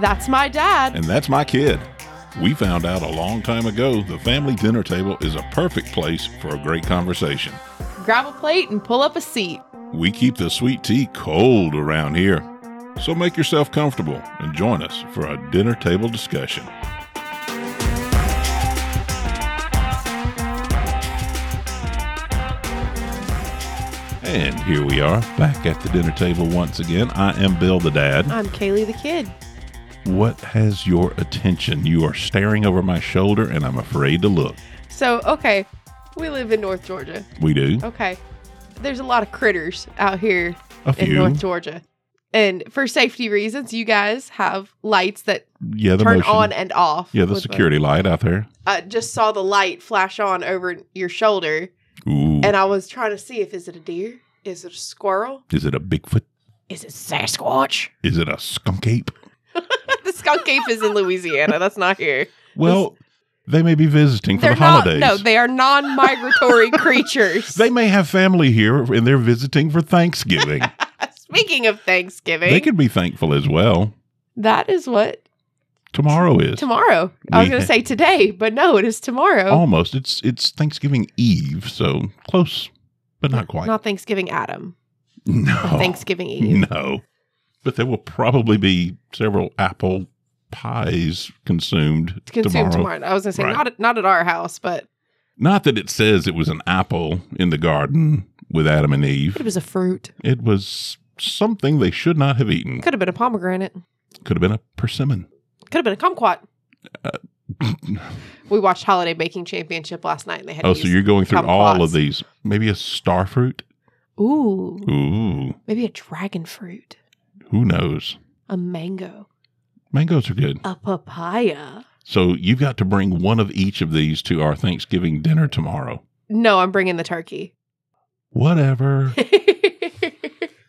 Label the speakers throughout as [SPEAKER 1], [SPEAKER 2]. [SPEAKER 1] That's my dad.
[SPEAKER 2] And that's my kid. We found out a long time ago the family dinner table is a perfect place for a great conversation.
[SPEAKER 1] Grab a plate and pull up a seat.
[SPEAKER 2] We keep the sweet tea cold around here. So make yourself comfortable and join us for a dinner table discussion. And here we are back at the dinner table once again. I am Bill the Dad.
[SPEAKER 1] I'm Kaylee the kid.
[SPEAKER 2] What has your attention? You are staring over my shoulder and I'm afraid to look.
[SPEAKER 1] So, okay, we live in North Georgia.
[SPEAKER 2] We do.
[SPEAKER 1] Okay. There's a lot of critters out here
[SPEAKER 2] A
[SPEAKER 1] in
[SPEAKER 2] few.
[SPEAKER 1] North Georgia. And for safety reasons, you guys have lights that
[SPEAKER 2] Yeah, the
[SPEAKER 1] turn
[SPEAKER 2] motion.
[SPEAKER 1] on and off.
[SPEAKER 2] Yeah, the
[SPEAKER 1] with
[SPEAKER 2] security light out there.
[SPEAKER 1] I just saw the light flash on over your shoulder,
[SPEAKER 2] Ooh.
[SPEAKER 1] and I was trying to see if is it a deer? Is it a squirrel?
[SPEAKER 2] Is it a Bigfoot?
[SPEAKER 1] Is it Sasquatch?
[SPEAKER 2] Is it a skunk ape?
[SPEAKER 1] the skunk ape is in Louisiana. That's not here.
[SPEAKER 2] Well, they may be visiting for
[SPEAKER 1] They're
[SPEAKER 2] the holidays.
[SPEAKER 1] not. No, they are non-migratory creatures.
[SPEAKER 2] They may have family here and they're visiting for Thanksgiving.
[SPEAKER 1] Speaking of Thanksgiving,
[SPEAKER 2] they could be thankful as well.
[SPEAKER 1] that is what
[SPEAKER 2] Tomorrow is.
[SPEAKER 1] tomorrow. I was
[SPEAKER 2] We-
[SPEAKER 1] going to say today, but no, it is tomorrow.
[SPEAKER 2] Almost. It's it's Thanksgiving Eve, so close, but not quite.
[SPEAKER 1] Not Thanksgiving, Adam.
[SPEAKER 2] no.
[SPEAKER 1] Thanksgiving Eve.
[SPEAKER 2] No. But there will probably be several apple pies consumed,
[SPEAKER 1] Consume
[SPEAKER 2] tomorrow.
[SPEAKER 1] tomorrow. I was going to say
[SPEAKER 2] Right.
[SPEAKER 1] not at, not at our house, but
[SPEAKER 2] Not that it says it was an apple in the garden with Adam and Eve.
[SPEAKER 1] it was a fruit.
[SPEAKER 2] It was something they should not have eaten.
[SPEAKER 1] Could have been a pomegranate.
[SPEAKER 2] Could have been a persimmon.
[SPEAKER 1] Could have been a kumquat.
[SPEAKER 2] oh,
[SPEAKER 1] We watched Holiday Baking Championship last night, and they had.
[SPEAKER 2] so
[SPEAKER 1] these-
[SPEAKER 2] you're going through
[SPEAKER 1] Come
[SPEAKER 2] all of
[SPEAKER 1] clots.
[SPEAKER 2] these. Maybe a starfruit?
[SPEAKER 1] ooh,
[SPEAKER 2] Ooh,
[SPEAKER 1] maybe a dragon fruit,
[SPEAKER 2] who knows?
[SPEAKER 1] a mango,
[SPEAKER 2] Mangoes are good.
[SPEAKER 1] a papaya.
[SPEAKER 2] So you've got to bring one of each of these to our Thanksgiving dinner tomorrow.
[SPEAKER 1] No, I'm bringing the turkey.
[SPEAKER 2] Whatever.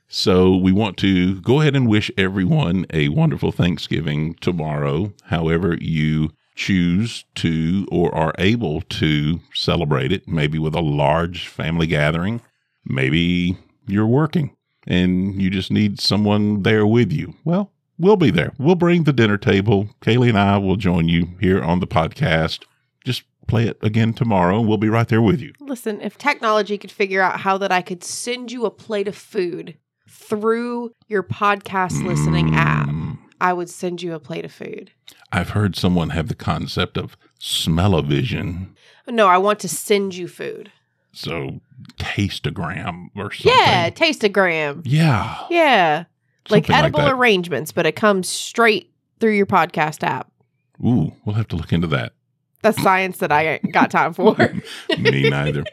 [SPEAKER 2] So we want to go ahead and wish everyone a wonderful Thanksgiving tomorrow, however you choose to or are able to celebrate it, maybe with a large family gathering, maybe you're working and you just need someone there with you. Well, we'll be there. We'll bring the dinner table. Kaylee and I will join you here on the podcast. Just play it again tomorrow and we'll be right there with you.
[SPEAKER 1] Listen, if technology could figure out how that I could send you a plate of food through your podcast listening app,
[SPEAKER 2] Mm.
[SPEAKER 1] I would send you a plate of food.
[SPEAKER 2] I've heard someone have the concept of smell-o-vision,
[SPEAKER 1] No, I want to send you food.
[SPEAKER 2] so tasteogram or something.
[SPEAKER 1] Yeah, tasteogram.
[SPEAKER 2] yeah,
[SPEAKER 1] Yeah, like
[SPEAKER 2] something
[SPEAKER 1] edible
[SPEAKER 2] that.
[SPEAKER 1] arrangements, but it comes straight through your podcast app.
[SPEAKER 2] Ooh, we'll have to look into that.
[SPEAKER 1] That's science that I ain't got time for.
[SPEAKER 2] Me neither.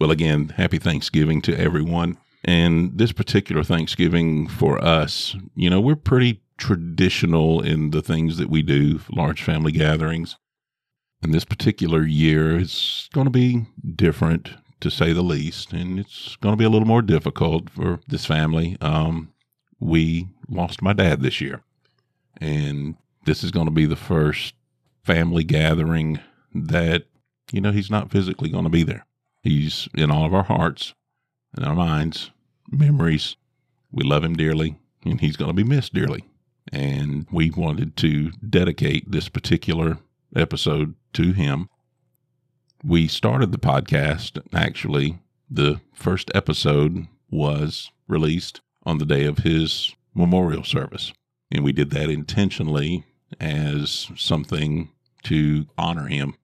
[SPEAKER 2] Well, again, happy Thanksgiving to everyone. And this particular Thanksgiving for us, you know, we're pretty traditional in the things that we do, large family gatherings. And this particular year is going to be different, to say the least. And it's going to be a little more difficult for this family. Um, we lost my dad this year. And this is going to be the first family gathering that you know, he's not physically going to be there. He's in all of our hearts, in our minds, memories. We love him dearly, and he's going to be missed dearly. And we wanted to dedicate this particular episode to him. We started the podcast, actually, the first episode was released on the day of his memorial service. And we did that intentionally as something to honor him.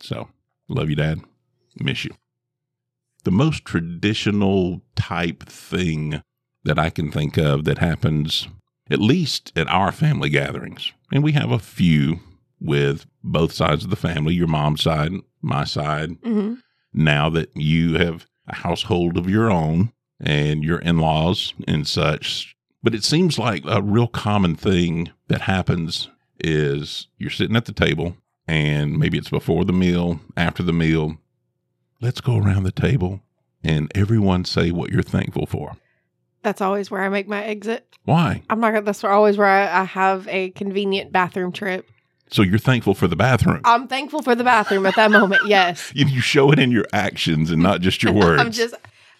[SPEAKER 2] So, love you, Dad. Miss you. The most traditional type thing that I can think of that happens, at least at our family gatherings, and we have a few with both sides of the family your mom's side, my side.
[SPEAKER 1] hmm
[SPEAKER 2] Now that you have a household of your own and your in laws and such, but it seems like a real common thing that happens is you're sitting at the table and maybe it's before the meal, after the meal. Let's go around the table and everyone say what you're thankful for.
[SPEAKER 1] That's always where I make my exit.
[SPEAKER 2] Why?
[SPEAKER 1] I'm not gonna. That's where- always where I, I have a convenient bathroom trip.
[SPEAKER 2] So you're thankful for the bathroom.
[SPEAKER 1] I'm thankful for the bathroom at that moment. Yes,
[SPEAKER 2] You- you show it in your actions and not just your words.
[SPEAKER 1] I'm just.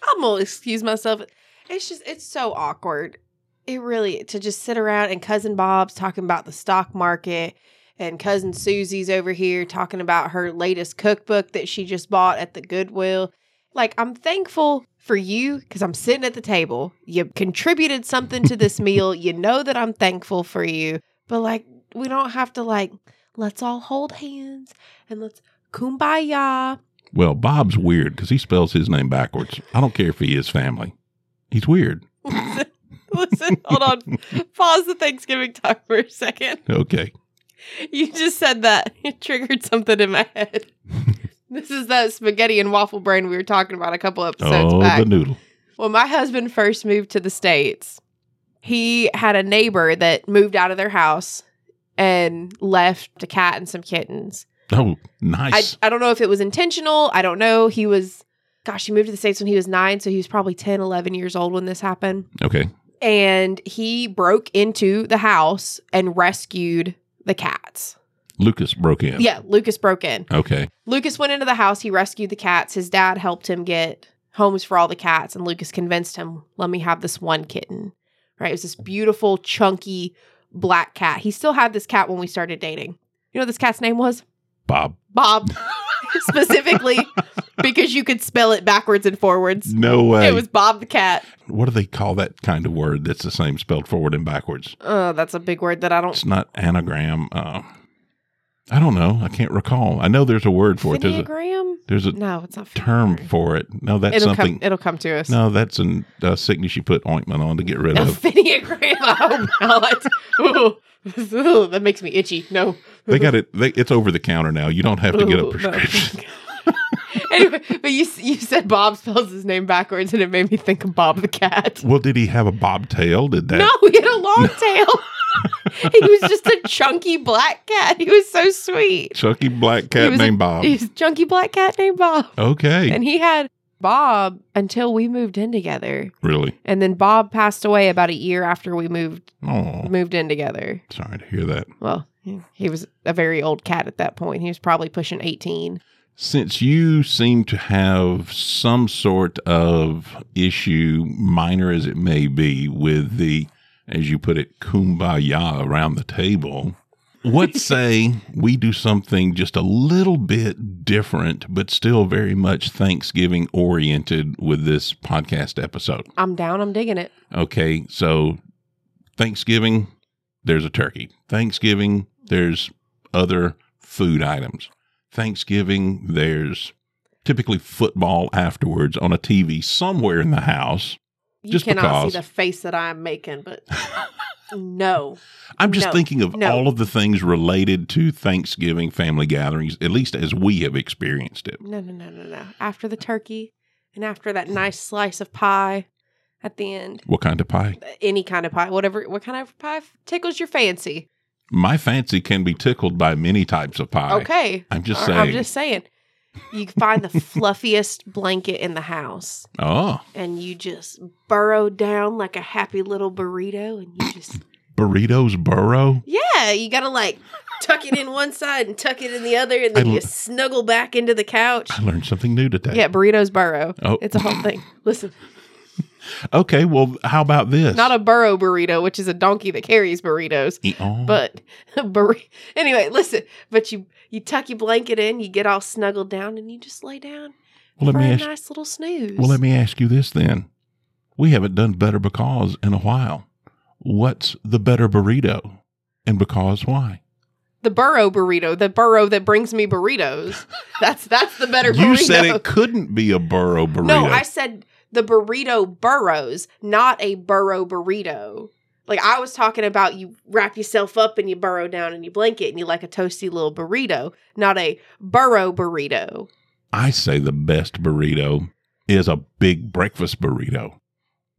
[SPEAKER 1] I'm gonna excuse myself. It's just. It's so awkward It really to just sit around and cousin Bob's talking about the stock market and cousin Susie's over here talking about her latest cookbook that she just bought at the Goodwill. Like I'm thankful for you cuz I'm sitting at the table. You contributed something to this meal. You know that I'm thankful for you. But like we don't have to like let's all hold hands and let's kumbaya.
[SPEAKER 2] Well, Bob's weird because he spells his name backwards. I don't care if he is family. He's weird.
[SPEAKER 1] Listen, hold on. Pause the Thanksgiving talk for a second.
[SPEAKER 2] Okay.
[SPEAKER 1] You just said that. It triggered something in my head. this is that spaghetti and waffle brain we were talking about a couple episodes
[SPEAKER 2] oh,
[SPEAKER 1] back.
[SPEAKER 2] the noodle.
[SPEAKER 1] When my husband first moved to the States, he had a neighbor that moved out of their house and left a cat and some kittens.
[SPEAKER 2] Oh,
[SPEAKER 1] I,
[SPEAKER 2] nice.
[SPEAKER 1] I don't know if it was intentional. I don't know. He was, gosh, he moved to the States when he was nine. So he was probably 10, 11 years old when this happened
[SPEAKER 2] okay.
[SPEAKER 1] and he broke into the house and rescued the cats.
[SPEAKER 2] Lucas broke in.
[SPEAKER 1] Yeah, Lucas broke in.
[SPEAKER 2] Okay.
[SPEAKER 1] Lucas went into the house, he rescued the cats. His dad helped him get homes for all the cats, and Lucas convinced him, let me have this one kitten. Right? It was this beautiful, chunky black cat. He still had this cat when we started dating. You know what this cat's name was?
[SPEAKER 2] Bob.
[SPEAKER 1] Bob, specifically because you could spell it backwards and forwards.
[SPEAKER 2] No way.
[SPEAKER 1] It was Bob the cat.
[SPEAKER 2] what do they call that kind of word that's the same spelled forward and backwards?
[SPEAKER 1] Oh, that's a big word that I don't
[SPEAKER 2] It's not anagram. Uh, I don't know. I can't recall. I know there's a word for it. There's a,
[SPEAKER 1] Phineagram?
[SPEAKER 2] there's a
[SPEAKER 1] No, it's not
[SPEAKER 2] term
[SPEAKER 1] Finnegan.
[SPEAKER 2] for it. No, that's
[SPEAKER 1] it'll
[SPEAKER 2] something.
[SPEAKER 1] Come, it'll come to us.
[SPEAKER 2] no, that's an uh, sickness you put ointment on to get rid
[SPEAKER 1] No,
[SPEAKER 2] of.
[SPEAKER 1] Finneagram. I hope not. oh, Ooh. Ooh, that makes me itchy. No.
[SPEAKER 2] They got it. They, it's over the counter now. You don't have to get a
[SPEAKER 1] Ooh,
[SPEAKER 2] prescription.
[SPEAKER 1] no. anyway, but you s- you said Bob spells his name backwards, and it made me think of Bob the cat.
[SPEAKER 2] Well, did he have a bobtail? Did that?
[SPEAKER 1] No, he had a long tail. he was just a chunky black cat. He was so sweet.
[SPEAKER 2] Chucky black
[SPEAKER 1] He
[SPEAKER 2] cat
[SPEAKER 1] was a-
[SPEAKER 2] named Bob.
[SPEAKER 1] He was a chunky black cat named Bob,
[SPEAKER 2] Okay,
[SPEAKER 1] and he had Bob until we moved in together.
[SPEAKER 2] really?
[SPEAKER 1] And then Bob passed away about a year after we moved
[SPEAKER 2] Oh,
[SPEAKER 1] moved in together.
[SPEAKER 2] sorry to hear that.
[SPEAKER 1] Well, he- he was a very old cat at that point. He was probably pushing 18.
[SPEAKER 2] Since you seem to have some sort of issue, minor as it may be, with the, as you put it, kumbaya around the table, what say we do something just a little bit different, but still very much Thanksgiving oriented with this podcast episode?
[SPEAKER 1] I'm down. I'm digging it.
[SPEAKER 2] Okay, so Thanksgiving, there's a turkey. Thanksgiving, there's other food items. Thanksgiving, there's typically football afterwards on a TV somewhere in the house.
[SPEAKER 1] You
[SPEAKER 2] Just
[SPEAKER 1] cannot
[SPEAKER 2] because.
[SPEAKER 1] see the face that I'm making, but no.
[SPEAKER 2] I'm just
[SPEAKER 1] No,
[SPEAKER 2] thinking of
[SPEAKER 1] no.
[SPEAKER 2] all of the things related to Thanksgiving family gatherings, at least as we have experienced it.
[SPEAKER 1] No, no, no, no, no. After the turkey and after that nice slice of pie at the end,
[SPEAKER 2] What kind of pie?
[SPEAKER 1] any kind of pie, whatever, what kind of pie tickles your fancy.
[SPEAKER 2] My fancy can be tickled by many types of pie.
[SPEAKER 1] Okay.
[SPEAKER 2] I'm just
[SPEAKER 1] Or-
[SPEAKER 2] saying.
[SPEAKER 1] I'm just saying. You find the fluffiest blanket in the house.
[SPEAKER 2] oh,
[SPEAKER 1] and you just burrow down like a happy little burrito and you just
[SPEAKER 2] burritos burrow.
[SPEAKER 1] yeah you gotta like tuck it in one side and tuck it in the other and then
[SPEAKER 2] I
[SPEAKER 1] you
[SPEAKER 2] l-
[SPEAKER 1] snuggle back into the couch
[SPEAKER 2] I learned something new today.
[SPEAKER 1] yeah burritos burrow
[SPEAKER 2] Oh,
[SPEAKER 1] it's a whole thing listen
[SPEAKER 2] Okay, well, how about this?
[SPEAKER 1] not a burrow burrito which is a donkey that carries burritos
[SPEAKER 2] E- oh,
[SPEAKER 1] but bur- anyway listen but you you tuck your blanket in you get all snuggled down and you just lay down
[SPEAKER 2] well, let
[SPEAKER 1] for
[SPEAKER 2] me
[SPEAKER 1] a
[SPEAKER 2] ask.
[SPEAKER 1] nice little snooze
[SPEAKER 2] Well, let me ask you this then. We haven't done better because in a while. What's the better burrito, and because why?
[SPEAKER 1] the burrow burrito the burrow that brings me burritos that's that's the better burrito
[SPEAKER 2] You said it couldn't be a burro burrito.
[SPEAKER 1] No, I said the burrito burrows, not a burrow burrito. Like I was talking about you wrap yourself up and you burrow down in your blanket and you like a toasty little burrito, not a burrow burrito.
[SPEAKER 2] I say the best burrito is a big breakfast burrito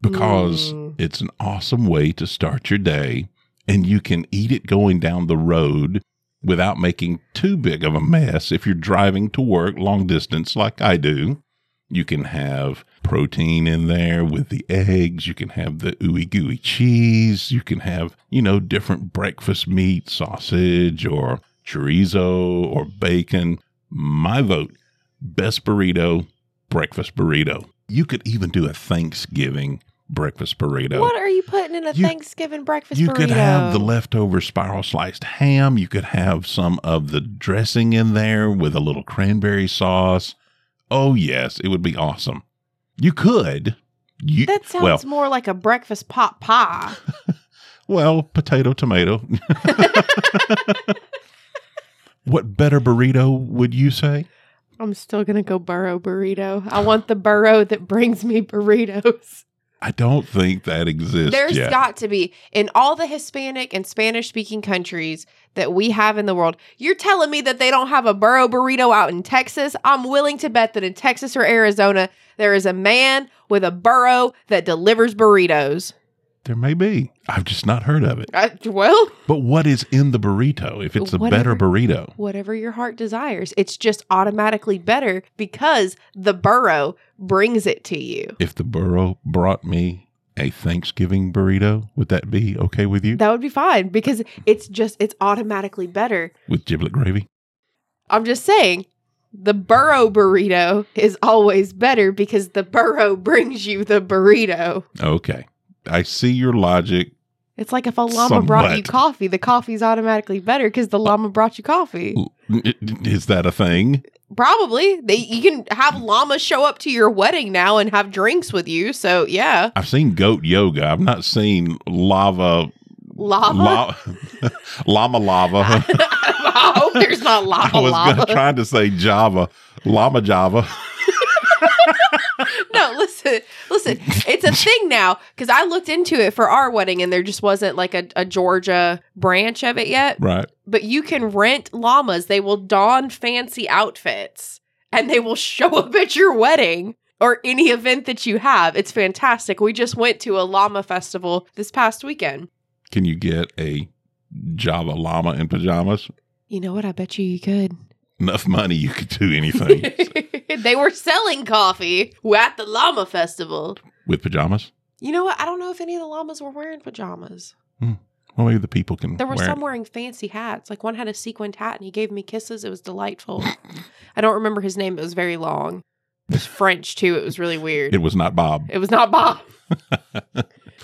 [SPEAKER 2] because
[SPEAKER 1] Mm.
[SPEAKER 2] it's an awesome way to start your day, and you can eat it going down the road without making too big of a mess. If you're driving to work long distance, like I do, you can have protein in there with the eggs. You can have the ooey gooey cheese. You can have, you know, different breakfast meat, sausage or chorizo or bacon. My vote best burrito, breakfast burrito. You could even do a Thanksgiving breakfast burrito.
[SPEAKER 1] What are you putting in a
[SPEAKER 2] You-
[SPEAKER 1] Thanksgiving breakfast
[SPEAKER 2] you
[SPEAKER 1] burrito?
[SPEAKER 2] could have the leftover spiral sliced ham. You could have some of the dressing in there with a little cranberry sauce. Oh yes, it would be awesome. You could. You,
[SPEAKER 1] that sounds
[SPEAKER 2] well,
[SPEAKER 1] more like a breakfast pot pie.
[SPEAKER 2] well, potato, tomato. what better burrito would you say?
[SPEAKER 1] I'm still gonna go burro burrito. I want the burro that brings me burritos.
[SPEAKER 2] I don't think that exists
[SPEAKER 1] There's
[SPEAKER 2] yet.
[SPEAKER 1] got to be in all the Hispanic and Spanish speaking countries that we have in the world. You're telling me that they don't have a burro burrito out in Texas? I'm willing to bet that in Texas or Arizona, there is a man with a burro that delivers burritos.
[SPEAKER 2] there may be. I've just not heard of it.
[SPEAKER 1] Uh, well,
[SPEAKER 2] But what is in the burrito if it's a
[SPEAKER 1] Whatever.
[SPEAKER 2] better burrito?
[SPEAKER 1] whatever your heart desires, it's just automatically better because the burro brings it to you.
[SPEAKER 2] If the burro brought me a Thanksgiving burrito, would that be okay with you?
[SPEAKER 1] That would be fine because it's just, it's automatically better
[SPEAKER 2] with giblet gravy?
[SPEAKER 1] I'm just saying, the burro burrito is always better because the burro brings you the burrito.
[SPEAKER 2] Okay. I see your logic.
[SPEAKER 1] It's like if a llama brought you
[SPEAKER 2] Somewhat.
[SPEAKER 1] coffee, the coffee's automatically better because the llama brought you coffee.
[SPEAKER 2] Is that a thing?
[SPEAKER 1] Probably. They you can have llamas show up to your wedding now and have drinks with you. So yeah.
[SPEAKER 2] I've seen goat yoga. I've not seen lava
[SPEAKER 1] Lava.
[SPEAKER 2] la- llama lava.
[SPEAKER 1] I hope there's not lava
[SPEAKER 2] I was
[SPEAKER 1] lava.
[SPEAKER 2] gonna trying to say Java, llama Java.
[SPEAKER 1] no, listen, listen. It's a thing now because I looked into it for our wedding and there just wasn't like a, a Georgia branch of it yet.
[SPEAKER 2] right.
[SPEAKER 1] but you can rent llamas. They will don fancy outfits and they will show up at your wedding or any event that you have. It's fantastic. We just went to a llama festival this past weekend.
[SPEAKER 2] Can you get a Java llama in pajamas?
[SPEAKER 1] You know what? I bet you you could.
[SPEAKER 2] Enough money, you could do anything
[SPEAKER 1] they were selling coffee at the llama festival.
[SPEAKER 2] with pajamas.
[SPEAKER 1] You know what? I don't know if any of the llamas were wearing pajamas.
[SPEAKER 2] Well, maybe the people can.
[SPEAKER 1] There were
[SPEAKER 2] wear it.
[SPEAKER 1] some wearing fancy hats. Like one had a sequined hat and he gave me kisses. It was delightful. I don't remember his name. It was very long. It was French too. It was really weird.
[SPEAKER 2] It was not Bob.
[SPEAKER 1] It was not Bob.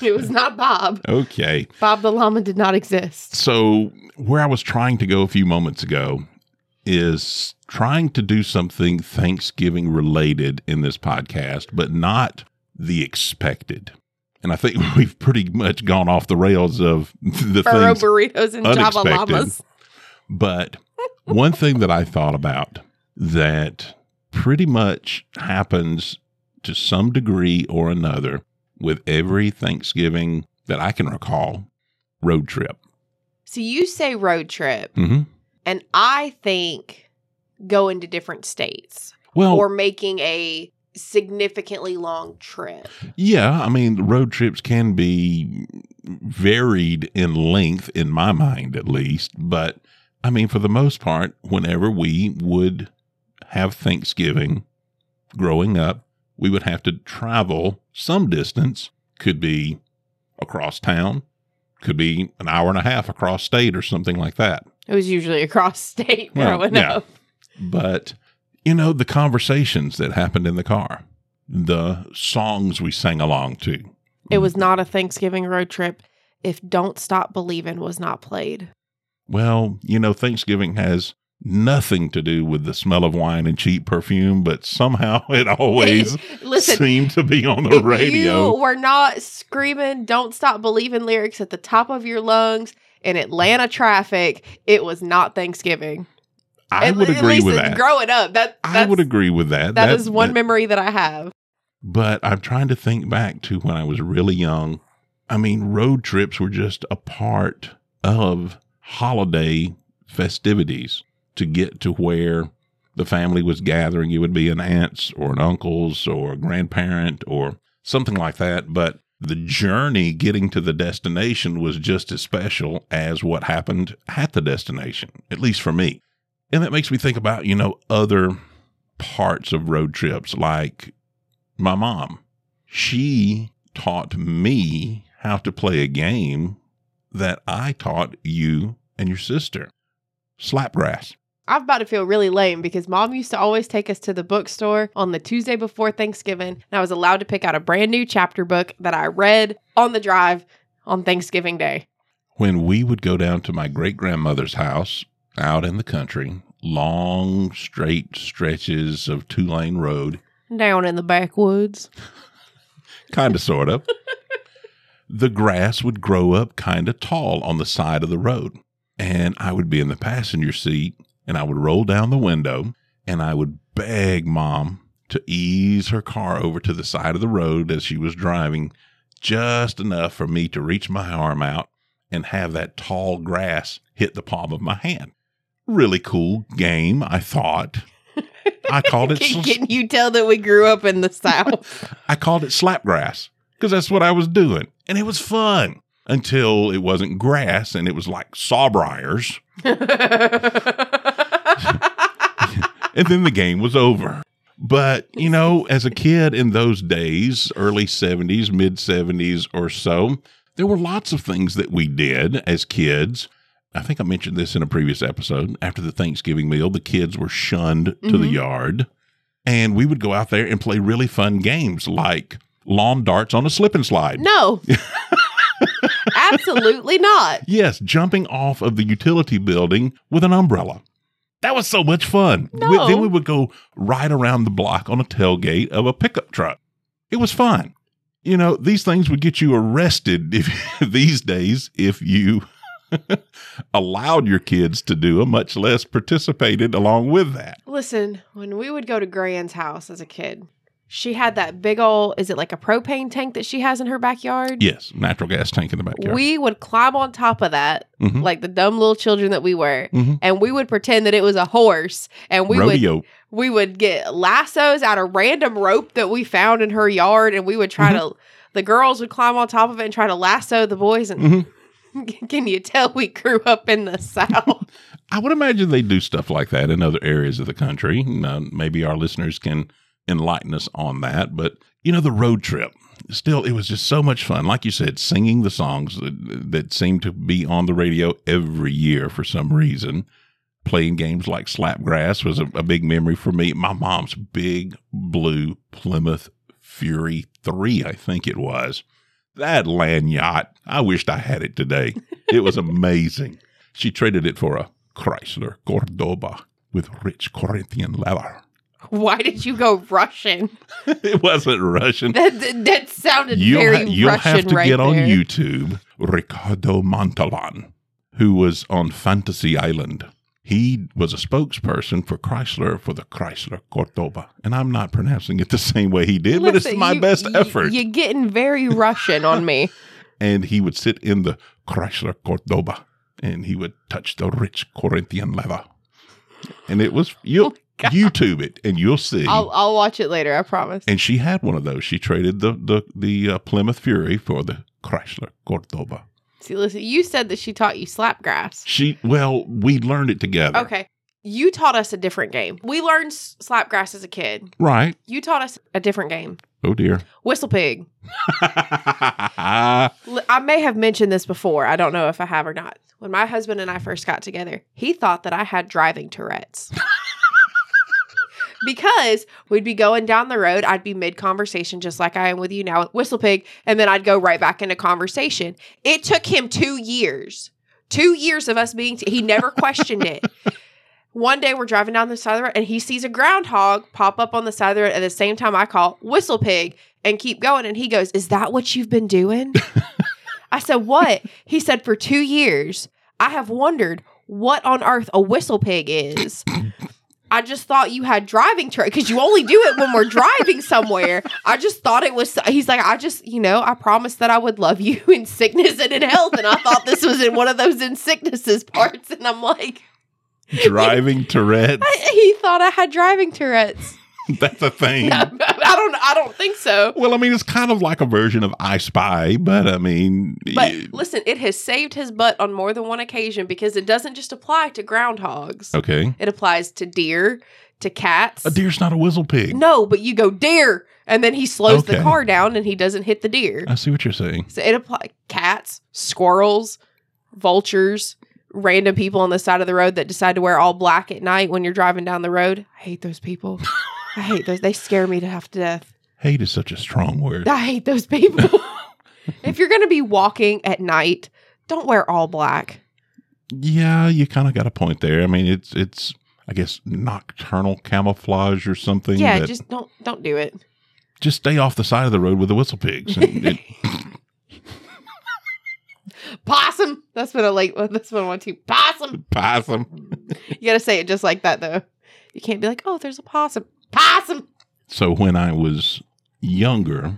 [SPEAKER 1] it was not Bob.
[SPEAKER 2] Okay.
[SPEAKER 1] Bob the llama did not exist.
[SPEAKER 2] So, where I was trying to go a few moments ago is trying to do something Thanksgiving related in this podcast, but not the expected. And I think we've pretty much gone off the rails of the
[SPEAKER 1] Burro
[SPEAKER 2] things.
[SPEAKER 1] burritos and Java
[SPEAKER 2] unexpected.
[SPEAKER 1] llamas.
[SPEAKER 2] But one thing that I thought about that pretty much happens to some degree or another with every Thanksgiving that I can recall road trip.
[SPEAKER 1] So you say road trip,
[SPEAKER 2] Mm-hmm.
[SPEAKER 1] and I think going to different states
[SPEAKER 2] Well,
[SPEAKER 1] or making a significantly long trip.
[SPEAKER 2] Yeah, I mean, road trips can be varied in length, in my mind at least. But I mean, for the most part, whenever we would have Thanksgiving growing up, we would have to travel some distance, could be across town, could be an hour and a half across state or something like that.
[SPEAKER 1] It was usually across state
[SPEAKER 2] Well,
[SPEAKER 1] growing
[SPEAKER 2] yeah.
[SPEAKER 1] up.
[SPEAKER 2] But, you know, the conversations that happened in the car, the songs we sang along to.
[SPEAKER 1] It was not a Thanksgiving road trip if Don't Stop Believing was not played.
[SPEAKER 2] Well, you know, Thanksgiving has nothing to do with the smell of wine and cheap perfume, but somehow it always
[SPEAKER 1] Listen,
[SPEAKER 2] seemed to be on the
[SPEAKER 1] If
[SPEAKER 2] radio.
[SPEAKER 1] You were not screaming "Don't Stop Believing" lyrics at the top of your lungs in Atlanta traffic. It was not Thanksgiving.
[SPEAKER 2] I
[SPEAKER 1] At-
[SPEAKER 2] would
[SPEAKER 1] at
[SPEAKER 2] agree
[SPEAKER 1] least
[SPEAKER 2] with that.
[SPEAKER 1] Growing up, that
[SPEAKER 2] I
[SPEAKER 1] that's,
[SPEAKER 2] would agree with that.
[SPEAKER 1] that is one memory that I have.
[SPEAKER 2] but I'm trying to think back to when I was really young. I mean, road trips were just a part of holiday festivities to get to where the family was gathering. It would be an aunt's or an uncle's or a grandparent or something like that. But the journey getting to the destination was just as special as what happened at the destination, at least for me. And that makes me think about, you know, other parts of road trips like my mom. She taught me how to play a game that I taught you and your sister, slapgrass.
[SPEAKER 1] I'm about to feel really lame because mom used to always take us to the bookstore on the Tuesday before Thanksgiving, and I was allowed to pick out a brand new chapter book that I read on the drive on Thanksgiving Day.
[SPEAKER 2] When we would go down to my great grandmother's house out in the country, long, straight stretches of two lane road,
[SPEAKER 1] Down in the backwoods.
[SPEAKER 2] kind of, sort of, the grass would grow up kind of tall on the side of the road. And I would be in the passenger seat and I would roll down the window and I would beg mom to ease her car over to the side of the road as she was driving, just enough for me to reach my arm out and have that tall grass hit the palm of my hand. Really cool game, I thought. I called it
[SPEAKER 1] Can, can you tell that we grew up in the South?
[SPEAKER 2] I called it slapgrass because that's what I was doing. And it was fun until it wasn't grass and it was like sawbriars. And then the game was over. But, you know, as a kid in those days, early 70s, mid 70s or so, there were lots of things that we did as kids. I think I mentioned this in a previous episode. After the Thanksgiving meal, the kids were shunned to the
[SPEAKER 1] Mhm.
[SPEAKER 2] yard. And we would go out there and play really fun games like lawn darts on a slip and slide.
[SPEAKER 1] no. Absolutely not.
[SPEAKER 2] Yes, jumping off of the utility building with an umbrella. That was so much fun. We-
[SPEAKER 1] No.
[SPEAKER 2] then we would go right around the block on a tailgate of a pickup truck. It was fun. You know, these things would get you arrested if, these days if you allowed your kids to do them, much less participated along with that.
[SPEAKER 1] Listen, when we would go to Gran's house as a kid, she had that big old, is it like a propane tank that she has in her backyard?
[SPEAKER 2] Yes, natural gas tank in the backyard.
[SPEAKER 1] We would climb on top of that,
[SPEAKER 2] Mhm.
[SPEAKER 1] like the dumb little children that we were,
[SPEAKER 2] Mhm.
[SPEAKER 1] and we would pretend that it was a horse, and we would
[SPEAKER 2] Rodeo.
[SPEAKER 1] we would get lassos out of random rope that we found in her yard, and we would try
[SPEAKER 2] Mm-hmm.
[SPEAKER 1] to. The girls would climb on top of it and try to lasso the boys. And
[SPEAKER 2] Mhm.
[SPEAKER 1] can you tell we grew up in the south?
[SPEAKER 2] I would imagine they do stuff like that in other areas of the country. And, uh, maybe our listeners can enlighten us on that. But, you know, the road trip, still, it was just so much fun. Like you said, singing the songs that, that seem to be on the radio every year for some reason. Playing games like Slapgrass was a, a big memory for me. My mom's big blue Plymouth Fury 3, I think it was. That land yacht, I wished I had it today. It was amazing. She traded it for a Chrysler Cordoba with rich Corinthian leather.
[SPEAKER 1] Why did you go Russian?
[SPEAKER 2] it wasn't Russian.
[SPEAKER 1] That, that, that sounded
[SPEAKER 2] You'll,
[SPEAKER 1] very
[SPEAKER 2] ha- you'll
[SPEAKER 1] Russian
[SPEAKER 2] have to
[SPEAKER 1] right
[SPEAKER 2] get on
[SPEAKER 1] there.
[SPEAKER 2] YouTube Ricardo Montalban, who was on Fantasy Island. He was a spokesperson for Chrysler for the Chrysler Cordoba. And I'm not pronouncing it the same way he did, but it's
[SPEAKER 1] Listen,
[SPEAKER 2] my
[SPEAKER 1] you-
[SPEAKER 2] best
[SPEAKER 1] you-
[SPEAKER 2] effort.
[SPEAKER 1] You're getting very Russian on me.
[SPEAKER 2] and he would sit in the Chrysler Cordoba and he would touch the rich Corinthian leather. And it was you'll YouTube it and you'll see.
[SPEAKER 1] Oh, I'll I'll watch it later. I promise.
[SPEAKER 2] and she had one of those. She traded the the the uh, Plymouth Fury for the Chrysler Cordoba.
[SPEAKER 1] See, listen, you said that she taught you slapgrass.
[SPEAKER 2] She well, we learned it together.
[SPEAKER 1] Okay, you taught us a different game. We learned s- slapgrass as a kid.
[SPEAKER 2] Right.
[SPEAKER 1] You taught us a different game.
[SPEAKER 2] Oh dear.
[SPEAKER 1] Whistle pig. L- I may have mentioned this before. I don't know if I have or not. When my husband and I first got together, he thought that I had driving Tourette's. because we'd be going down the road, I'd be mid conversation, just like I am with you now with Whistle Pig, and then I'd go right back into conversation. It took him two years, two years of us being, t- he never questioned it. One day we're driving down the side of the road and he sees a groundhog pop up on the side of the road at the same time I call Whistle Pig and keep going. And he goes, Is that what you've been doing? I said, What? He said, For two years, I have wondered what on earth a whistle pig is. I just thought you had driving tra because you only do it when we're driving somewhere. I just thought it was. He's like, I just, you know, I promised that I would love you in sickness and in health, and I thought this was in one of those in sicknesses parts. And I'm like,
[SPEAKER 2] Driving Tourette's.
[SPEAKER 1] I, he thought I had driving Tourette's.
[SPEAKER 2] That's a thing.
[SPEAKER 1] I don't. I don't think so.
[SPEAKER 2] Well, I mean, it's kind of like a version of I Spy, but I mean,
[SPEAKER 1] But
[SPEAKER 2] y-
[SPEAKER 1] listen, it has saved his butt on more than one occasion because it doesn't just apply to groundhogs.
[SPEAKER 2] okay.
[SPEAKER 1] It applies to deer, to cats.
[SPEAKER 2] A deer's not a whistle pig.
[SPEAKER 1] No, but you go deer, and then he slows the
[SPEAKER 2] Okay. Uh-huh.
[SPEAKER 1] car down and he doesn't hit the deer.
[SPEAKER 2] I see what you're saying.
[SPEAKER 1] So it applies cats, squirrels, vultures, random people on the side of the road that decide to wear all black at night when you're driving down the road. I hate those people. I hate those. They scare me to half to death.
[SPEAKER 2] Hate is such a strong word.
[SPEAKER 1] I hate those people. if you're going to be walking at night, don't wear all black.
[SPEAKER 2] Yeah, you kind of got a point there. I mean, it's it's I guess nocturnal camouflage or something.
[SPEAKER 1] Yeah,
[SPEAKER 2] that-
[SPEAKER 1] just don't don't do it.
[SPEAKER 2] just stay off the side of the road with the whistle pigs. And it-
[SPEAKER 1] Possum. That's been a late one. That's been one too. Possum.
[SPEAKER 2] possum.
[SPEAKER 1] You got to say it just like that though. You can't be like, "Oh, there's a possum." Possum.
[SPEAKER 2] So when I was younger,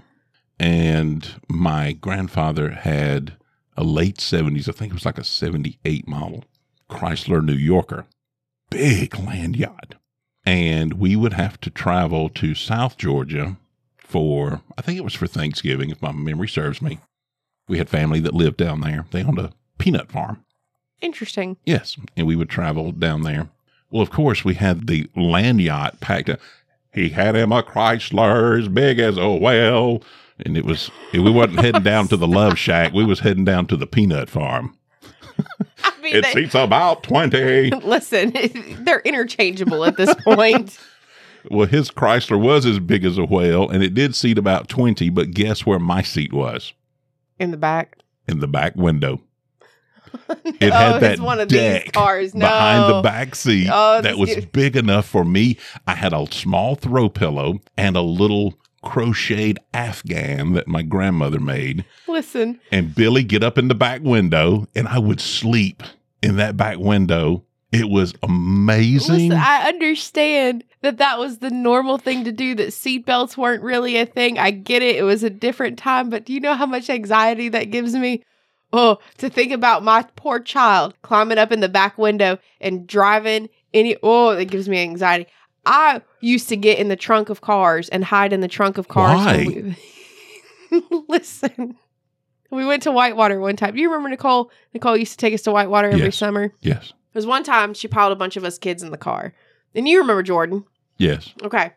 [SPEAKER 2] and my grandfather had a late seventies, I think it was like a seventy-eight model Chrysler New Yorker, big land yacht, and we would have to travel to South Georgia for I think it was for Thanksgiving, if my memory serves me. We had family that lived down there. They owned a peanut farm.
[SPEAKER 1] Interesting.
[SPEAKER 2] Yes, and we would travel down there. Well, of course, we had the land yacht packed up. He had him a Chrysler as big as a whale, and it was we wasn't heading down to the Love Shack. We was heading down to the peanut farm.
[SPEAKER 1] I mean,
[SPEAKER 2] It seats about
[SPEAKER 1] they,
[SPEAKER 2] twenty.
[SPEAKER 1] listen, they're interchangeable at this point.
[SPEAKER 2] Well, his Chrysler was as big as a whale, and it did seat about twenty. But guess where my seat was?
[SPEAKER 1] In the back.
[SPEAKER 2] In the back window. It
[SPEAKER 1] oh,
[SPEAKER 2] had that
[SPEAKER 1] it's one of
[SPEAKER 2] deck
[SPEAKER 1] these cars. No.
[SPEAKER 2] behind the back seat
[SPEAKER 1] Oh,
[SPEAKER 2] that
[SPEAKER 1] this
[SPEAKER 2] was
[SPEAKER 1] is-
[SPEAKER 2] big enough for me. I had a small throw pillow and a little crocheted afghan that my grandmother made.
[SPEAKER 1] Listen,
[SPEAKER 2] And Billy get up in the back window, and I would sleep in that back window. It was amazing.
[SPEAKER 1] listen, I understand that that was the normal thing to do, that seatbelts weren't really a thing. I get it. It was a different time, but do you know how much anxiety that gives me? Oh, to think about my poor child climbing up in the back window and driving any, oh, that gives me anxiety. I used to get in the trunk of cars and hide in the trunk of cars. when we- Listen, we went to Whitewater one time. Do you remember Nicole? Nicole used to take us to Whitewater every
[SPEAKER 2] Yes.
[SPEAKER 1] summer.
[SPEAKER 2] yes,
[SPEAKER 1] Because one time she piled a bunch of us kids in the car. And you remember Jordan.
[SPEAKER 2] yes.
[SPEAKER 1] Okay.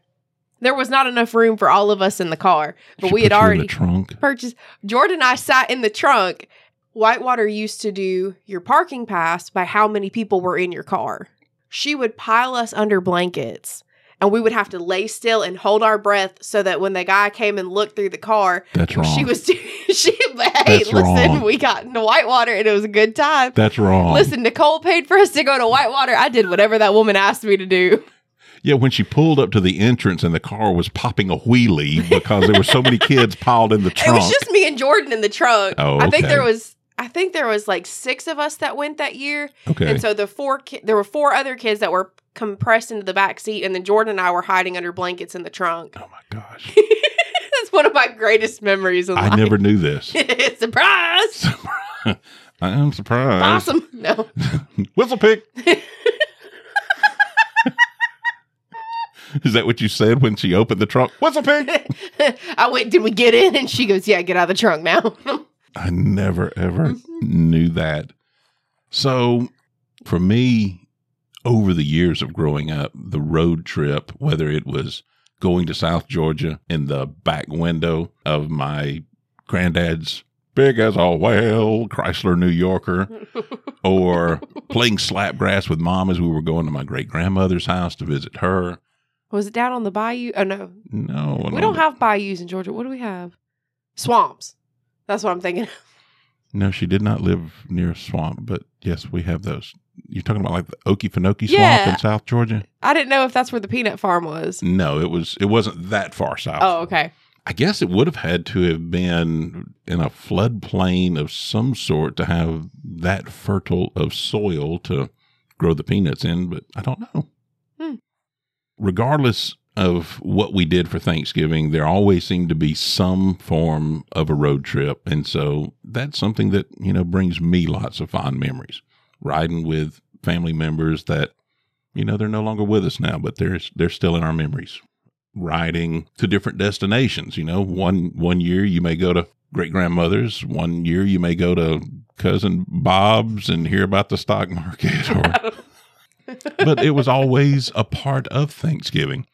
[SPEAKER 1] There was not enough room for all of us in the car, but
[SPEAKER 2] She
[SPEAKER 1] we had
[SPEAKER 2] put you in
[SPEAKER 1] already
[SPEAKER 2] the trunk.
[SPEAKER 1] purchased. Jordan and I sat in the trunk. Whitewater used to do your parking pass by how many people were in your car. She would pile us under blankets and we would have to lay still and hold our breath so that when the guy came and looked through the car,
[SPEAKER 2] That's wrong.
[SPEAKER 1] she was doing. She, but hey,
[SPEAKER 2] That's
[SPEAKER 1] listen,
[SPEAKER 2] wrong.
[SPEAKER 1] we got into Whitewater and it was a good time.
[SPEAKER 2] That's wrong.
[SPEAKER 1] Listen, Nicole paid for us to go to Whitewater. I did whatever that woman asked me to do.
[SPEAKER 2] Yeah, when she pulled up to the entrance and the car was popping a wheelie because there were so many kids piled in the
[SPEAKER 1] It
[SPEAKER 2] trunk.
[SPEAKER 1] was just me and Jordan in the trunk.
[SPEAKER 2] Oh,
[SPEAKER 1] I think
[SPEAKER 2] okay.
[SPEAKER 1] there was I think there was like 6 of us that went that year.
[SPEAKER 2] okay.
[SPEAKER 1] And so the four ki- there were four other kids that were compressed into the back seat and then Jordan and I were hiding under blankets in the trunk.
[SPEAKER 2] oh my gosh.
[SPEAKER 1] That's one of my greatest memories in
[SPEAKER 2] I
[SPEAKER 1] life.
[SPEAKER 2] never knew this.
[SPEAKER 1] Surprise!
[SPEAKER 2] I am surprised.
[SPEAKER 1] Awesome. No.
[SPEAKER 2] Whistle pick. Is that what you said when she opened the trunk? Whistle pick.
[SPEAKER 1] I went, did we get in? And she goes, yeah, get out of the trunk now.
[SPEAKER 2] I never ever
[SPEAKER 1] Mhm.
[SPEAKER 2] knew that. So for me, over the years of growing up, the road trip, whether it was going to South Georgia in the back window of my granddad's big as a whale Chrysler New Yorker, or playing slapgrass with mom as we were going to my great grandmother's house to visit her.
[SPEAKER 1] was it down on the bayou? Oh, no.
[SPEAKER 2] No,
[SPEAKER 1] We don't have bayous in Georgia. What do we have? Swamps. That's what I'm thinking.
[SPEAKER 2] No, she did not live near a swamp, but yes, we have those. You're talking about like the Okefenokee swamp
[SPEAKER 1] Yeah.
[SPEAKER 2] in South Georgia?
[SPEAKER 1] I didn't know if that's where the peanut farm was.
[SPEAKER 2] No, it was it wasn't that far south.
[SPEAKER 1] Oh, okay.
[SPEAKER 2] I guess it would have had to have been in a floodplain of some sort to have that fertile of soil to grow the peanuts in, but I don't know.
[SPEAKER 1] Hmm.
[SPEAKER 2] Regardless of what we did for Thanksgiving, there always seemed to be some form of a road trip. And so that's something that, you know, brings me lots of fond memories. Riding with family members that, you know, they're no longer with us now, but they're, they're still in our memories riding to different destinations. You know, one one year you may go to great grandmother's, one year you may go to cousin Bob's and hear about the stock market. Or, but it was always a part of Thanksgiving.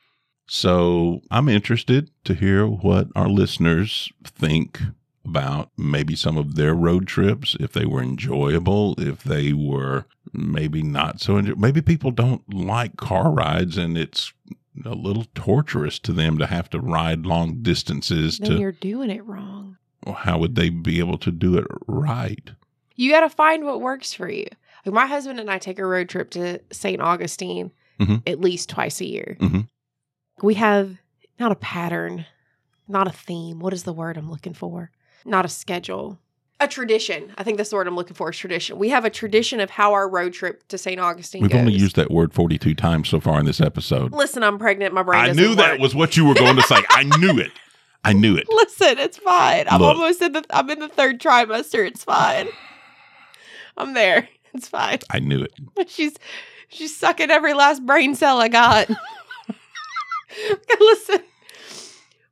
[SPEAKER 2] So I'm interested to hear what our listeners think about maybe some of their road trips, if they were enjoyable, if they were maybe not so enjoyable. Maybe people don't like car rides and it's a little torturous to them to have to ride long distances
[SPEAKER 1] Then
[SPEAKER 2] to
[SPEAKER 1] you're doing it wrong.
[SPEAKER 2] how would they be able to do it right?
[SPEAKER 1] You got to find what works for you. Like my husband and I take a road trip to St. Augustine
[SPEAKER 2] Mhm.
[SPEAKER 1] at least twice a year.
[SPEAKER 2] Mhm.
[SPEAKER 1] We have not a pattern, not a theme. What is the word I'm looking for? Not a schedule. A tradition. I think that's the word I'm looking for is tradition. We have a tradition of how our road trip to St. Augustine
[SPEAKER 2] We've
[SPEAKER 1] goes.
[SPEAKER 2] only used that word 42 times so far in this episode.
[SPEAKER 1] Listen, I'm pregnant. My brain
[SPEAKER 2] I
[SPEAKER 1] doesn't
[SPEAKER 2] knew that
[SPEAKER 1] work.
[SPEAKER 2] was what you were going to say. I knew it. I knew it.
[SPEAKER 1] Listen, it's fine. I'm
[SPEAKER 2] Look.
[SPEAKER 1] almost in the I'm in the third trimester. It's fine. I'm there. It's fine.
[SPEAKER 2] I knew it.
[SPEAKER 1] She's she's sucking every last brain cell I got. Listen.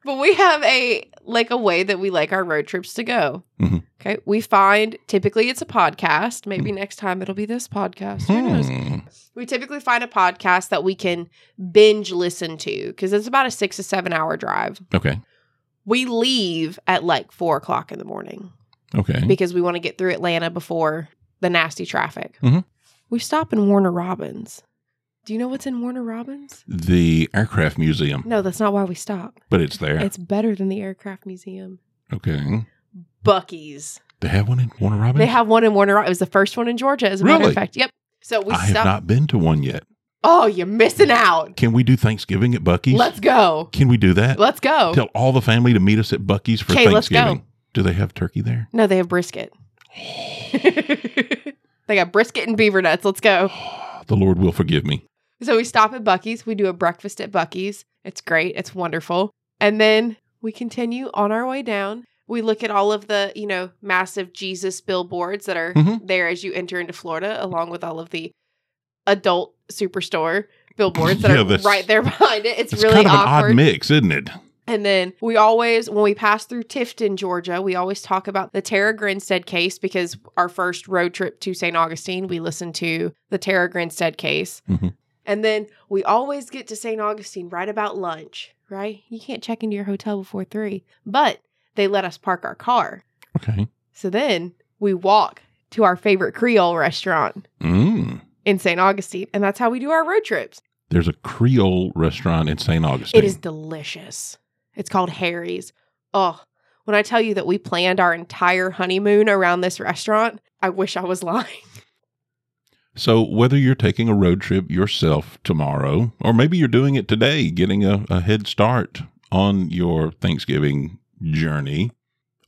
[SPEAKER 1] But we have a like a way that we like our road trips to go.
[SPEAKER 2] Mhm.
[SPEAKER 1] Okay. We find typically it's a podcast. Maybe next time it'll be this podcast. Who knows?
[SPEAKER 2] Mm-hmm. Hmm.
[SPEAKER 1] We typically find a podcast that we can binge listen to because it's about a six to seven hour drive.
[SPEAKER 2] Okay.
[SPEAKER 1] We leave at like four o'clock in the morning
[SPEAKER 2] Okay.
[SPEAKER 1] because we want to get through Atlanta before the nasty traffic.
[SPEAKER 2] Mhm.
[SPEAKER 1] We stop in Warner Robins. Do you know what's in Warner Robins?
[SPEAKER 2] The aircraft museum,
[SPEAKER 1] No, that's not why we stop.
[SPEAKER 2] but it's there.
[SPEAKER 1] It's better than the aircraft museum.
[SPEAKER 2] okay.
[SPEAKER 1] Bucky's.
[SPEAKER 2] They have one in Warner Robins?
[SPEAKER 1] They have one in Warner. Ro- It was the first one in Georgia, as a matter
[SPEAKER 2] Really?
[SPEAKER 1] of fact. Yep. So we
[SPEAKER 2] I have
[SPEAKER 1] stop.
[SPEAKER 2] not been to one yet.
[SPEAKER 1] oh, you're missing out.
[SPEAKER 2] Can we do Thanksgiving at Bucky's?
[SPEAKER 1] Let's go.
[SPEAKER 2] Can we do that?
[SPEAKER 1] Let's go.
[SPEAKER 2] Tell all the family to meet us at Bucky's for
[SPEAKER 1] Okay, let's go.
[SPEAKER 2] Thanksgiving. Do they have turkey there?
[SPEAKER 1] No, they have brisket. they got brisket and beaver nuts. Let's go.
[SPEAKER 2] The Lord will forgive me.
[SPEAKER 1] So we stop at Bucky's. We do a breakfast at Bucky's. It's great. It's wonderful. And then we continue on our way down. We look at all of the, you know, massive Jesus billboards that are
[SPEAKER 2] Mhm.
[SPEAKER 1] there as you enter into Florida, along with all of the adult superstore billboards that
[SPEAKER 2] Yeah,
[SPEAKER 1] are
[SPEAKER 2] that's-
[SPEAKER 1] right there behind it. It's,
[SPEAKER 2] It's
[SPEAKER 1] really
[SPEAKER 2] kind of
[SPEAKER 1] awkward.
[SPEAKER 2] an odd mix, isn't it?
[SPEAKER 1] And then we always, when we pass through Tifton, Georgia, we always talk about the Tara Grinstead case because our first road trip to St. Augustine, we listened to the Tara Grinstead case.
[SPEAKER 2] Mhm.
[SPEAKER 1] And then we always get to St. Augustine right about lunch, right? You can't check into your hotel before three, but they let us park our car.
[SPEAKER 2] Okay.
[SPEAKER 1] So then we walk to our favorite Creole restaurant
[SPEAKER 2] Mm.
[SPEAKER 1] in St. Augustine. And that's how we do our road trips.
[SPEAKER 2] There's a Creole restaurant in St. Augustine.
[SPEAKER 1] It is delicious. It's called Harry's. Oh, when I tell you that we planned our entire honeymoon around this restaurant, I wish I was lying.
[SPEAKER 2] So, whether you're taking a road trip yourself tomorrow, or maybe you're doing it today, getting a, a head start on your Thanksgiving journey,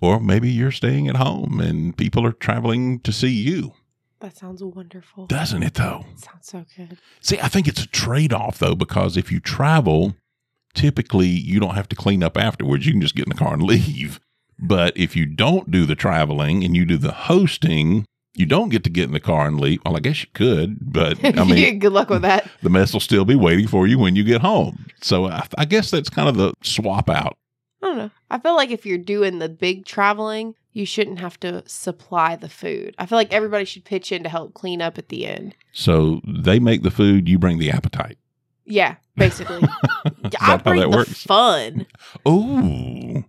[SPEAKER 2] or maybe you're staying at home and people are traveling to see you.
[SPEAKER 1] That sounds wonderful.
[SPEAKER 2] Doesn't it, though?
[SPEAKER 1] sounds so good.
[SPEAKER 2] See, I think it's a trade off, though, because if you travel, typically you don't have to clean up afterwards. You can just get in the car and leave. But if you don't do the traveling and you do the hosting, you don't get to get in the car and leave. Well, I guess you could, but I mean, mm.
[SPEAKER 1] Yeah, good luck with that.
[SPEAKER 2] the mess will still be waiting for you when you get home. So I, I guess that's kind of the swap out.
[SPEAKER 1] I don't know. I feel like if you're doing the big traveling, you shouldn't have to supply the food. I feel like everybody should pitch in to help clean up at the end.
[SPEAKER 2] So they make the food, you bring the appetite.
[SPEAKER 1] Yeah, basically.
[SPEAKER 2] Is
[SPEAKER 1] I
[SPEAKER 2] that how
[SPEAKER 1] bring
[SPEAKER 2] that
[SPEAKER 1] the
[SPEAKER 2] works?
[SPEAKER 1] fun.
[SPEAKER 2] Oh.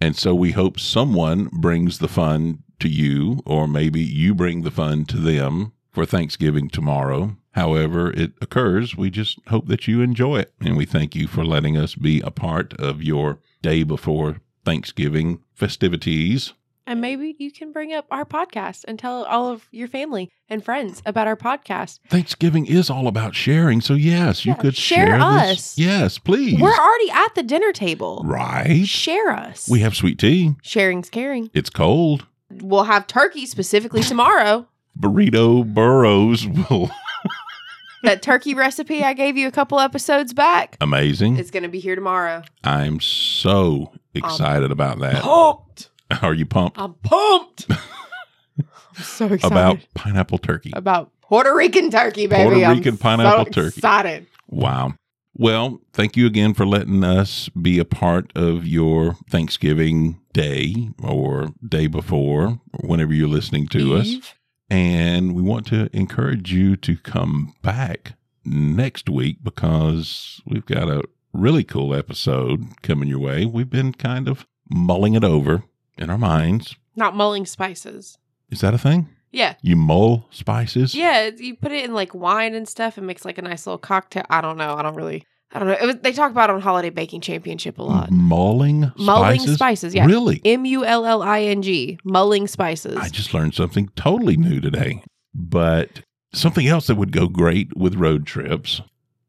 [SPEAKER 2] And so we hope someone brings the fun to you, or maybe you bring the fun to them for Thanksgiving tomorrow. However, it occurs, we just hope that you enjoy it. And we thank you for letting us be a part of your day before Thanksgiving festivities.
[SPEAKER 1] And maybe you can bring up our podcast and tell all of your family and friends about our podcast.
[SPEAKER 2] Thanksgiving is all about sharing. So yes, you
[SPEAKER 1] Yeah,
[SPEAKER 2] could
[SPEAKER 1] share
[SPEAKER 2] share, this.
[SPEAKER 1] us.
[SPEAKER 2] Yes, please.
[SPEAKER 1] We're already at the dinner table.
[SPEAKER 2] right.
[SPEAKER 1] Share us.
[SPEAKER 2] We have sweet tea.
[SPEAKER 1] Sharing's caring.
[SPEAKER 2] It's cold.
[SPEAKER 1] We'll have turkey specifically tomorrow.
[SPEAKER 2] Burrito burrows will
[SPEAKER 1] that turkey recipe I gave you a couple episodes back
[SPEAKER 2] amazing.
[SPEAKER 1] is going to be here tomorrow.
[SPEAKER 2] I'm so excited about that.
[SPEAKER 1] Pumped.
[SPEAKER 2] Are you pumped
[SPEAKER 1] I'm pumped. I'm so excited
[SPEAKER 2] about pineapple turkey?
[SPEAKER 1] about Puerto Rican turkey, baby.
[SPEAKER 2] Puerto
[SPEAKER 1] I'm
[SPEAKER 2] Rican
[SPEAKER 1] so
[SPEAKER 2] pineapple turkey.
[SPEAKER 1] Excited.
[SPEAKER 2] Wow. Well, thank you again for letting us be a part of your Thanksgiving day or day before, or whenever you're listening to us. And we want to encourage you to come back next week because we've got a really cool episode coming your way. We've been kind of mulling it over in our minds.
[SPEAKER 1] Not mulling spices.
[SPEAKER 2] Is that a thing?
[SPEAKER 1] Yeah.
[SPEAKER 2] You mull spices?
[SPEAKER 1] Yeah, you put it in like wine and stuff and makes like a nice little cocktail. I don't know. I don't really. I don't know. It was, they talk about it on Holiday Baking Championship a lot.
[SPEAKER 2] Mulling
[SPEAKER 1] Mulling
[SPEAKER 2] spices?
[SPEAKER 1] spices, yeah.
[SPEAKER 2] Really?
[SPEAKER 1] M U L L I N G. Mulling spices.
[SPEAKER 2] I just learned something totally new today. But something else that would go great with road trips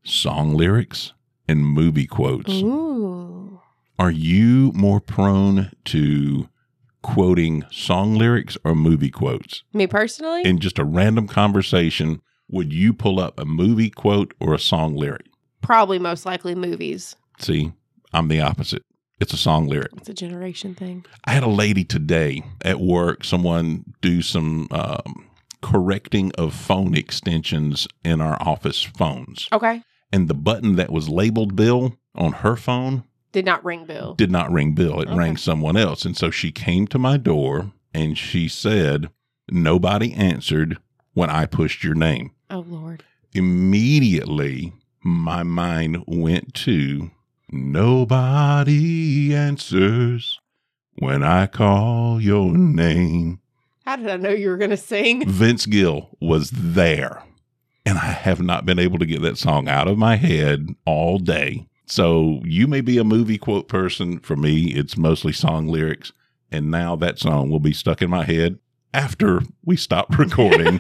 [SPEAKER 2] song lyrics and movie quotes.
[SPEAKER 1] Ooh.
[SPEAKER 2] Are you more prone to quoting song lyrics or movie quotes?
[SPEAKER 1] Me personally?
[SPEAKER 2] In just a random conversation, would you pull up a movie quote or a song lyric?
[SPEAKER 1] probably most likely movies.
[SPEAKER 2] See, I'm the opposite. It's a song lyric.
[SPEAKER 1] It's a generation thing.
[SPEAKER 2] I had a lady today at work, someone do some um, correcting of phone extensions in our office phones.
[SPEAKER 1] Okay.
[SPEAKER 2] And the button that was labeled Bill on her phone
[SPEAKER 1] Did not ring Bill.
[SPEAKER 2] did not ring Bill, it
[SPEAKER 1] Okay.
[SPEAKER 2] rang someone else. And so she came to my door and she said, Nobody answered when I pushed your name.
[SPEAKER 1] oh, Lord.
[SPEAKER 2] Immediately, my mind went to Nobody answers when I call your name.
[SPEAKER 1] How did I know you were going to sing?
[SPEAKER 2] Vince Gill was there. And I have not been able to get that song out of my head all day. So you may be a movie quote person. For me, it's mostly song lyrics. And now that song will be stuck in my head after we stop recording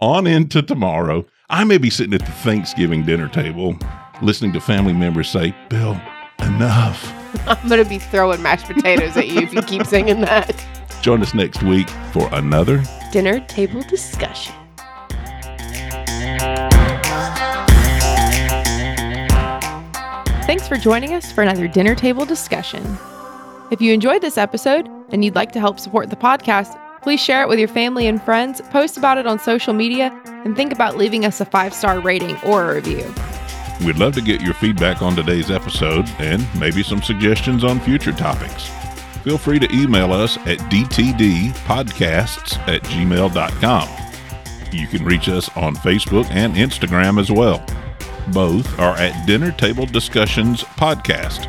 [SPEAKER 2] on into tomorrow. I may be sitting at the Thanksgiving dinner table listening to family members say, Bill, enough.
[SPEAKER 1] I'm going to be throwing mashed potatoes at you if you keep singing that.
[SPEAKER 2] Join us next week for another
[SPEAKER 1] Dinner table discussion. Thanks for joining us for another dinner table discussion. If you enjoyed this episode and you'd like to help support the podcast, please share it with your family and friends, post about it on social media, and think about leaving us a five star rating or a review.
[SPEAKER 2] We'd love to get your feedback on today's episode and maybe some suggestions on future topics. Feel free to email us at dtdpodcasts at gmail.com. You can reach us on Facebook and Instagram as well. Both are at Dinner Table Discussions Podcast.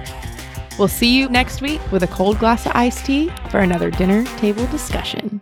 [SPEAKER 1] We'll see you next week with a cold glass of iced tea for another dinner table discussion.